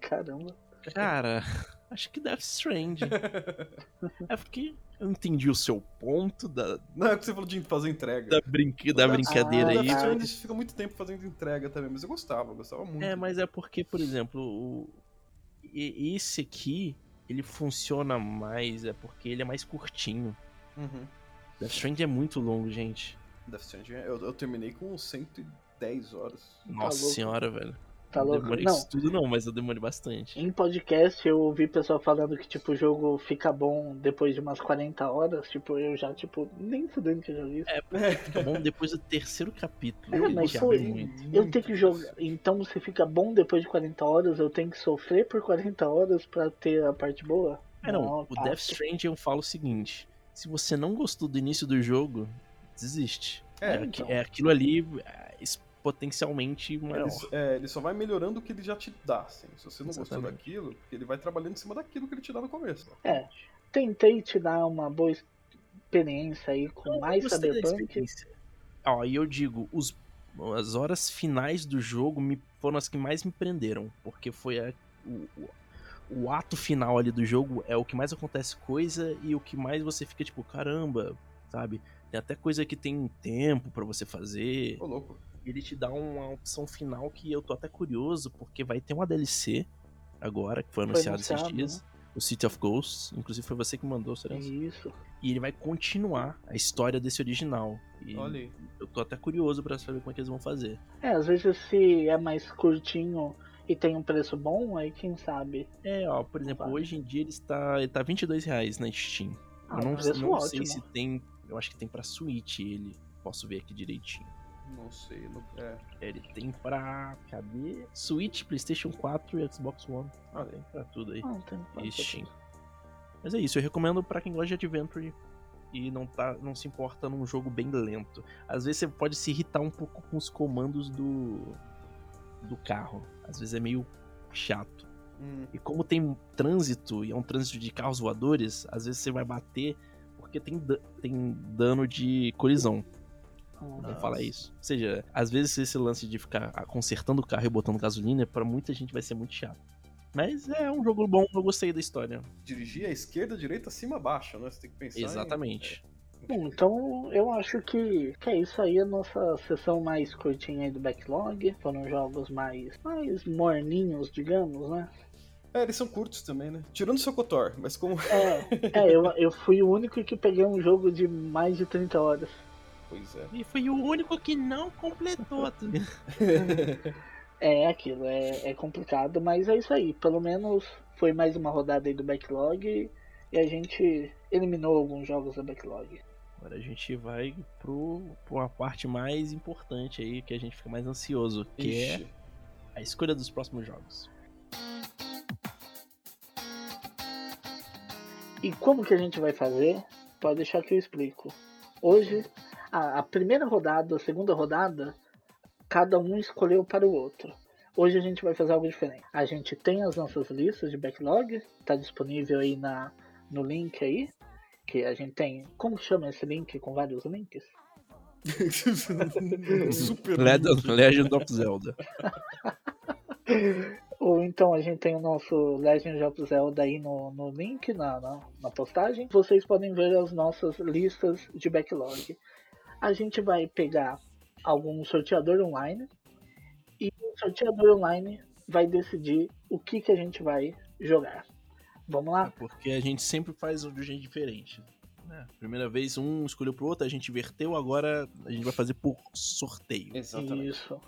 Caramba. Cara, *laughs* acho que Death Strange. é porque eu entendi o seu ponto da, *laughs* Não, é que você falou de fazer entrega. da, brinque- da brincadeira Ah, aí. Death tá. Stranding fica muito tempo fazendo entrega também, mas eu gostava, eu gostava muito. É, mas é porque, por exemplo, o... e- esse aqui, ele funciona mais, é porque ele é mais curtinho. Uhum. Death Stranding é muito longo, gente. Death Stranding, eu, eu terminei com 110 horas. Nossa louco. senhora, velho. Tá Eu louco? demorei Não, isso tudo não, mas eu demorei bastante. Em podcast eu ouvi pessoal falando que tipo o jogo fica bom depois de umas 40 horas, tipo, eu já, tipo, nem fudendo que eu já vi isso. É, porque fica *laughs* bom depois do terceiro capítulo. É, ele mas já foi- é muito. eu tenho que jogar. Então se fica bom depois de 40 horas, eu tenho que sofrer por 40 horas pra ter a parte boa? tá. Ah, não, o passa. Death Stranding eu falo o seguinte: se você não gostou do início do jogo, desiste. É, aqui- então. é aquilo ali é, es- potencialmente maior. Ele, só- é, ele só vai melhorando o que ele já te dá, assim. Se você não gostou Exatamente. daquilo, porque ele vai trabalhando em cima daquilo que ele te dá no começo. É. Tentei te dar uma boa experiência aí com Eu Tipo, mais gostei da Cyberpunk. experiência. Ó, e eu digo, os- as horas finais do jogo me, foram as que mais me prenderam, porque foi a- o, o- o ato final ali do jogo é o que mais acontece coisa e o que mais você fica tipo, caramba, sabe? Tem até coisa que tem tempo pra você fazer. Ô, louco. Ele te dá uma opção final que eu tô até curioso, porque vai ter uma DLC agora, que foi Foi anunciada esses anunciado, né? dias. O City of Ghosts, inclusive foi você que mandou, Serença Isso. e ele vai continuar a história desse original. E Olha aí. eu tô até curioso pra saber como é que eles vão fazer. É, às vezes se é mais curtinho e tem um preço bom, aí quem sabe. É, ó, por exemplo, Vale. hoje em dia ele está, ele tá R$ 22 reais na Steam. Ah, eu não, um preço não sei ótimo. se tem, eu acho que tem pra Switch ele. Posso ver aqui direitinho. Não sei. Não... É. Ele tem pra, cadê? Switch, PlayStation 4 e Xbox One. Ah, Tem pra tudo aí. Ah, não tem quanto. e Steam. Mas é isso, eu recomendo pra quem gosta de adventure e não, tá, não se importa num jogo bem lento. Às vezes você pode se irritar um pouco com os comandos do, do carro. Às vezes é meio chato. Hum, E como tem um trânsito, e é um trânsito de carros voadores, às vezes você vai bater porque tem, da- tem dano de colisão. Ah, Vamos falar isso. Ou seja, às vezes esse lance de ficar ah, consertando o carro e botando gasolina, pra muita gente vai ser muito chato. Mas é um jogo bom, eu gostei da história. dirigir à esquerda, direita, acima, abaixo, né? Você tem que pensar. em- Exatamente. Bom, então eu acho que, que é isso aí, a nossa sessão mais curtinha aí do backlog. Foram jogos mais, mais morninhos, digamos, né? É, eles são curtos também, né? Tirando o seu Cotor, mas como. É, é eu, eu fui o único que peguei um jogo de mais de 30 horas. Pois é. E foi o único que não *laughs* completou. tá? É aquilo, é, é complicado, mas é isso aí. Pelo menos foi mais uma rodada aí do backlog e a gente eliminou alguns jogos da backlog. Agora a gente vai pro, pra uma parte mais importante aí, que a gente fica mais ansioso, que é Ixi. a escolha dos próximos jogos. E como que a gente vai fazer? Pode deixar que eu explico. Hoje, a, a primeira rodada, a segunda rodada, cada um escolheu para o outro. Hoje a gente vai fazer algo diferente. A gente tem as nossas listas de backlog, tá disponível aí na, no link aí, que a gente tem. Como que chama esse link com vários links? *laughs* Super. Legend, Né, Legend of *laughs* Zelda. Ou então a gente tem o nosso Legend of Zelda aí no, no link, na, na, na postagem. Vocês podem ver as nossas listas de backlog. A gente vai pegar algum sorteador online. E o sorteador online vai decidir o que, que a gente vai jogar. Vamos lá? É, Porque a gente sempre faz de um jeito diferente. né? Primeira vez um escolheu pro outro, a gente inverteu, agora a gente vai fazer por sorteio. Isso.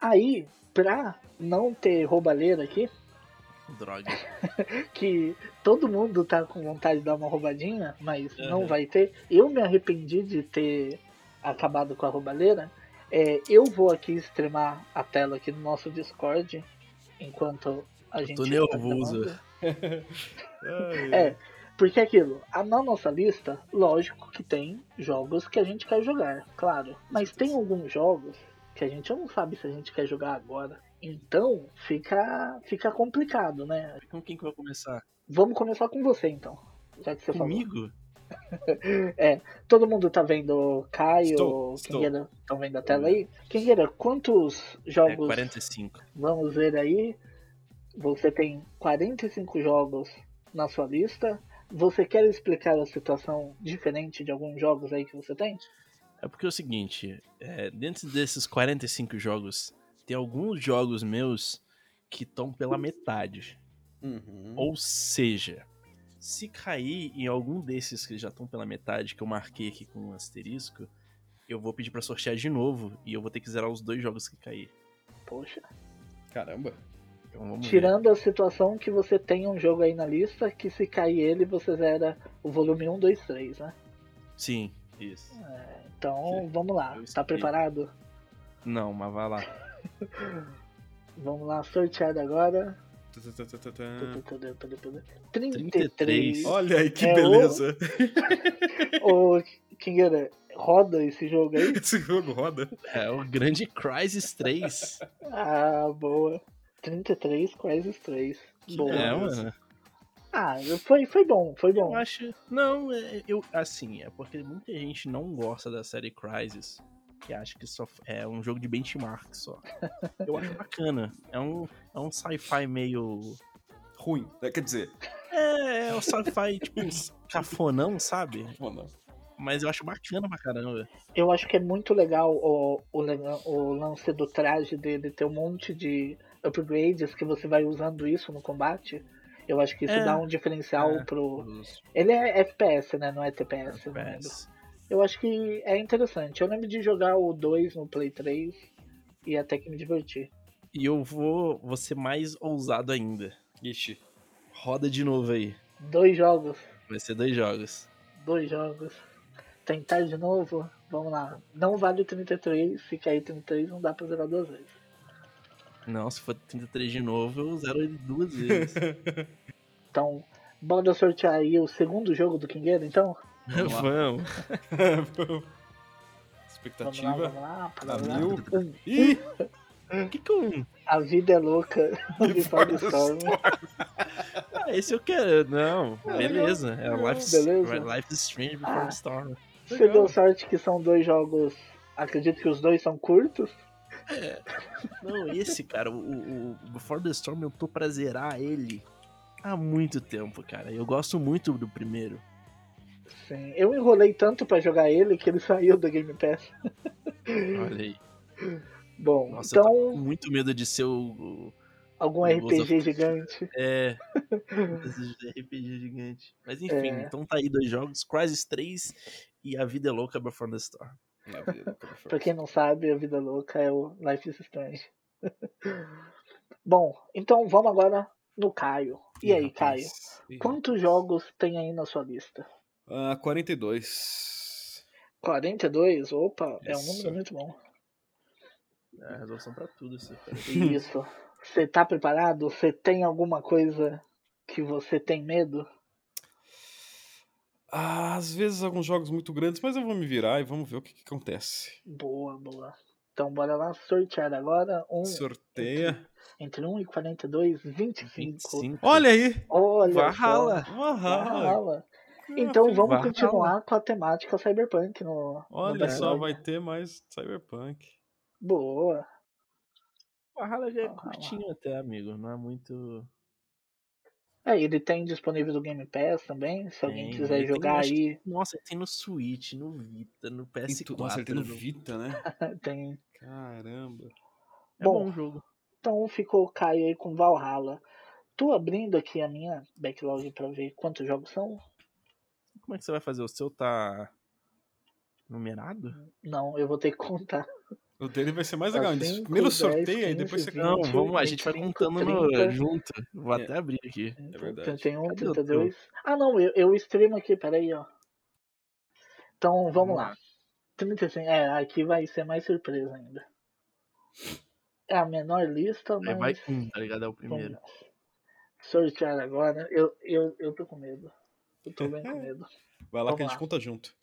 Aí, pra não ter roubalheira aqui, Droga. que todo mundo tá com vontade de dar uma roubadinha, mas Aham. não vai ter. Eu me arrependi de ter acabado com a roubalheira. É, eu vou aqui streamar a tela aqui no nosso Discord, enquanto a gente. tô tá nervoso. gravando. É, porque é aquilo, a- na nossa lista, lógico que tem jogos que a gente quer jogar, claro. Mas tem alguns jogos que a gente não sabe se a gente quer jogar agora. Então fica, fica complicado, né? Com Então, quem que vai começar? Vamos começar com você então. Já que você falou. Comigo? Todo mundo tá vendo o Caio, Estou, estou. Kingueira, estão vendo a tela aí? Kingueira, quantos jogos É 45. vamos ver aí? Você tem 45 jogos na sua lista. Você quer explicar a situação diferente de alguns jogos aí que você tem? É porque é o seguinte, é, dentro desses 45 jogos, tem alguns jogos meus que estão pela metade. É. Uhum. Ou seja, se cair em algum desses que já estão pela metade, que eu marquei aqui com um asterisco, eu vou pedir pra sortear de novo e eu vou ter que zerar os dois jogos que cair. Poxa. *laughs* Caramba. Então vamos ver. Tirando a situação que você tem um jogo aí na lista que se cair ele você zera o volume 1, 2, 3, né? Sim, isso. Então Sim, vamos lá. eu Tá esqueci. preparado? Não, mas vai lá. Vamos lá, sorteado agora. Ah. Tã-tã-tã-tã-tã. 33. Olha aí, que É o- beleza. *laughs* Ô, Kingueira, roda esse jogo aí? Esse jogo roda. É o grande Crisis 3. Ah, boa. 33, Crisis 3. Boa. é, beleza. mano. Ah, foi, foi bom, foi Eu bom. acho. Não, é- eu. Assim, é porque muita gente não gosta da série Crisis, que acha que só f- é um jogo de benchmark só. Eu acho bacana. É um, é um sci-fi meio. Ruim. É, Quer dizer, É, é um sci-fi, *laughs* tipo, uns cafonão, sabe? bom, não. Mas eu acho bacana pra caramba. Eu acho que é muito legal o, o, le- o lance do traje dele ter um monte de upgrades que você vai usando isso no combate. Eu acho que isso É. dá um diferencial É. pro. Os Ele é FPS, né? Não é TPS. não lembro. FPS. Eu acho que é interessante. Eu lembro de jogar o 2 no Play 3 e até que me diverti. E eu vou, vou ser mais ousado ainda. Ixi. Roda de novo aí. Dois jogos. Vai ser dois jogos. Dois jogos. Tentar de novo? Vamos lá. Não vale o 33. Se cair 33, não dá pra zerar duas vezes. Não, se for 33 de novo, eu zero ele duas *laughs* vezes. Então, bora sortear aí o segundo jogo do Kingueiro, então? Vamos lá. Vamos. Vamos lá, *laughs* Expectativa. vamos lá. Tá A Vamos lá. mil. Um. Ih! O que um? que eu A vida é louca. *laughs* Before the Storm. Ah, esse eu quero. Não, Ah, beleza. É legal. Life, Beleza. Life is Strange Before Ah. the Storm. Você Legal. deu sorte que são dois jogos. Acredito que os dois são curtos. Não, esse, cara, o, o- o Before the Storm eu tô pra zerar ele há muito tempo, cara. Eu gosto muito do primeiro. Sim. Eu enrolei tanto pra jogar ele que ele *laughs* saiu do Game Pass. Olha aí. Bom, Nossa, eu tô com um então, muito medo de ser o. o- algum eu vou usar- RPG gigante. *laughs* é. esse RPG gigante. Mas enfim, É. então tá aí dois jogos: Crisis 3 e A Vida é Louca Before the Storm. Pra quem não sabe, a vida louca é o Life is Strange. *laughs* Bom, então vamos agora no Caio. E aí, Caio? Quantos jogos tem aí na sua lista? Ah, 42. 42? Opa, é um Isso. número muito bom. É a resolução pra tudo isso. cara. *laughs* Isso. Você tá preparado? Você tem alguma coisa que você tem medo? Ah, às vezes alguns jogos muito grandes, mas eu vou me virar e vamos ver o que, que acontece. Boa, boa. Então bora lá sortear agora. É, Um, Sorteia. entre 1 e 42, 25. 25. Olha aí! Olha só. Valhalla! Aham. Valhalla. Então vamos Valhalla. continuar com a temática cyberpunk no. no Olha só, Backlog. vai ter mais Cyberpunk. Boa. Valhalla já é Valhalla. curtinho até, amigo. Não é muito. É, ele tem disponível do Game Pass também, se alguém Tem, quiser ele tem, jogar acho aí, Nossa, ele tem no Switch, no Vita, no PS4. né? Nossa, ele tem tá no no- Vita, né? *laughs* tem. Caramba. É Bom. bom, jogo. então ficou Caio aí com Valhalla. Tô abrindo aqui a minha backlog pra ver quantos jogos são. Como é que você vai fazer? O seu tá numerado? Não, eu vou ter que contar. O dele vai ser mais Tá legal. ainda. cinco, Primeiro dez, sorteia e depois você quinze, ganha. Não, vamos lá, a gente vai 25, contando no- 30. junto. Vou É. até abrir aqui. É Eu verdade. tenho um, Cadê o 32. Ah, não, eu, eu streamo aqui, peraí, ó. Então, vamos lá. 35, é, aqui vai ser mais surpresa ainda. É a menor lista, Aí mas... vai um, tá ligado? É o primeiro. Vamos sortear agora. Eu, eu, eu tô com medo. Eu tô bem *laughs* com medo. Vai lá que a Vamos gente lá. conta junto.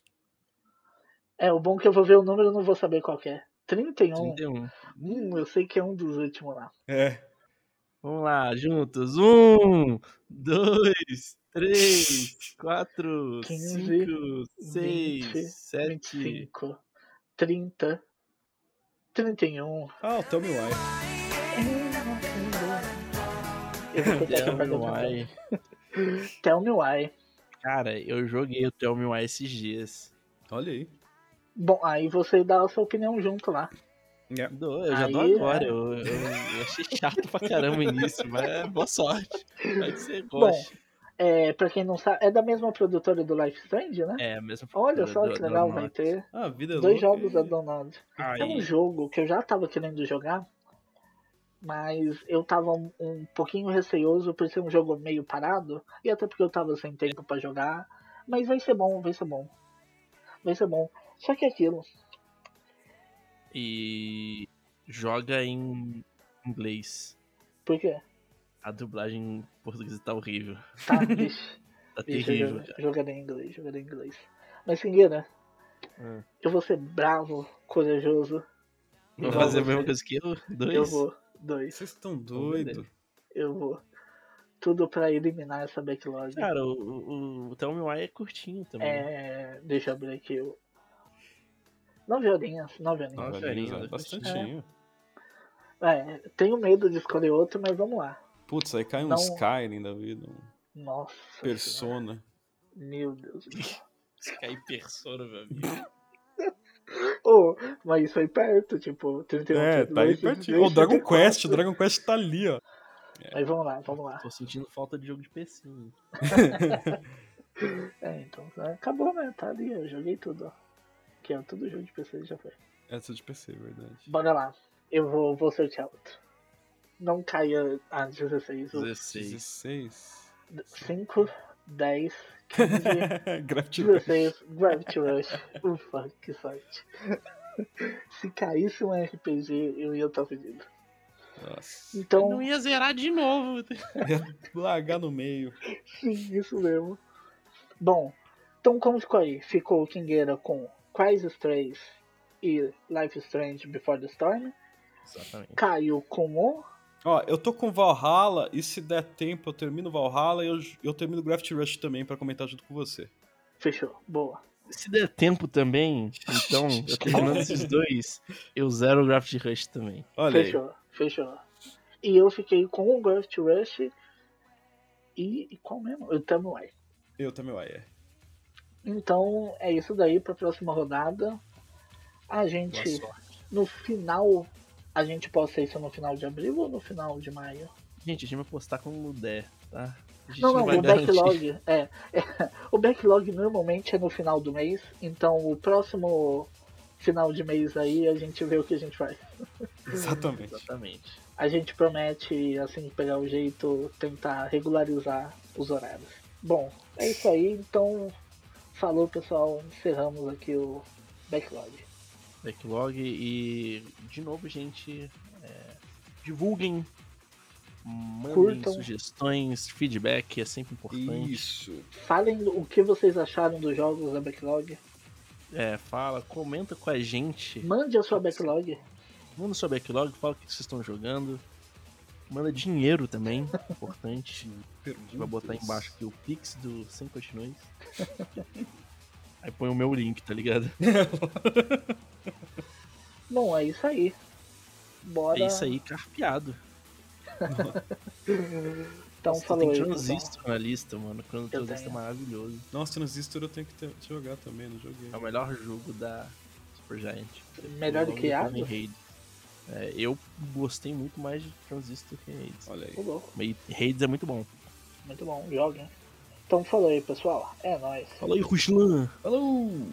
É, o bom é que eu vou ver o número e não vou saber qual que é. 31. 31. Hum, eu sei que é um dos últimos lá. É. Vamos lá, juntos. Um, dois, três, quatro, Quinze, cinco, vinte, seis, sete. 25, 30, 31. Ah, o Tell Me Why. *laughs* Eu vou tentar Tell cantar me de outra why. forma. Tell me why. Cara, eu joguei o Tell Me Why esses dias. Olha aí. Bom, aí você dá a sua opinião junto lá. Dou, eu já dou Aí, agora. é. Eu, eu achei chato pra caramba o início, mas é boa sorte. Vai que você goste. É, pra quem não sabe, é da mesma produtora do Life Strange, né? é, mesmo. Olha só que legal, vai ter Ah, a vida é dois louca. jogos da Donald. É um jogo que eu já tava querendo jogar, mas eu tava um, um pouquinho receoso por ser um jogo meio parado, e até porque eu tava sem tempo pra jogar, mas vai ser bom, vai ser bom. Vai ser bom. Só que é aquilo, E joga em inglês. porque A dublagem em português tá horrível. *laughs* tá, vixe, Tá vixe, terrível, joga- cara. jogarei em inglês, jogarei em inglês. Mas Singueira, Hum. eu vou ser bravo, corajoso. Vou Igual fazer a você. mesma coisa que eu? Dois? Eu vou, dois, Vocês estão doidos. eu vou. Tudo pra eliminar essa backlog. Cara, o, o, o Tell Me Why é curtinho também. É, deixa eu abrir aqui o. Nove horinhas, nove horinhas. Nossa, Olha aí, carinho, é né? Bastantinho. É, tenho medo de escolher outro, mas vamos lá. Putz, aí cai um Não. Skyrim da vida. Um Nossa. Senhora. Persona. Meu Deus. *laughs* do céu. Cair persona, é meu amigo. Ô, mas isso aí perto, tipo, 31 É, tá aí 32, pertinho. 33, Ô, O Dragon 34. Quest, o Dragon Quest tá ali, ó. Mas vamos lá, vamos lá. Tô sentindo falta de jogo de PC. hein? É, então, né, acabou, né? Tá ali, eu joguei tudo, ó. Que é tudo jogo de PC já foi. Essa de PC, é verdade. Bora lá. Eu vou, vou sortear outro. Não caia a 16, o 16. *laughs* 16. 5, 10, 15, Gravity Rush. 16, Gravity Rush. *laughs* Ufa, que sorte. Se caísse um RPG, eu ia estar fudido. *laughs* Nossa. Então, ia zerar de novo. *laughs* Largar no meio. sim, isso mesmo. Bom, então como ficou aí? Ficou o Kingueira com Crisis 3 e Life is Strange Before the Storm. Exatamente. Caiu com o. Ó, eu tô com Valhalla e se der tempo eu termino Valhalla e eu, eu termino Gravity Rush também pra comentar junto com você. Fechou, boa. Se der tempo também, então, eu terminando esses dois, eu zero o Graft Rush também. Olha aí. Fechou, fechou. E eu fiquei com o Gravity Rush e, e qual mesmo? Eu Tamo White. Eu também, uai, é. Então é isso daí para a próxima rodada. A Boa gente sorte. no final, a gente posta isso no final de abril ou no final de maio? Gente, a gente vai postar como der, tá? A gente Não, não, vai o garantir. backlog é, *laughs* é, o backlog normalmente é no final do mês, então o próximo final de mês aí a gente vê o que a gente faz. Exatamente. Exatamente. A gente promete assim que pegar o jeito tentar regularizar os horários. Bom, é isso aí, então falou pessoal, encerramos aqui o backlog. Backlog e, de novo, gente, é, divulguem, mandem Curtam. sugestões, feedback, é sempre importante. Isso. Falem o que vocês acharam dos jogos da backlog. É, fala, comenta com a gente, Mande a sua backlog. manda sua backlog, fala o que vocês estão jogando, manda dinheiro também, *laughs* importante. gente vai é botar embaixo aqui o Pix do Sem Continues. *laughs* Aí põe o meu link, tá ligado? Bom, é isso aí. Bora. É isso aí, carpeado. Então Nossa, falou tem aí. Transistor na lista, mano. O Chrono Eu Transistor é tenho. maravilhoso. *laughs* Nossa, Transistor eu tenho que ter- jogar também, não joguei. É o melhor jogo da Supergiant. pessoal. Melhor do Além que do Kamen água? Rider. É, eu gostei muito mais de Transistor que Hades. Olha aí. Ô, louco. E Hades é muito bom. Muito bom, joguem. Então falou aí, pessoal. É nóis. Fala aí, Ruslan! Falou!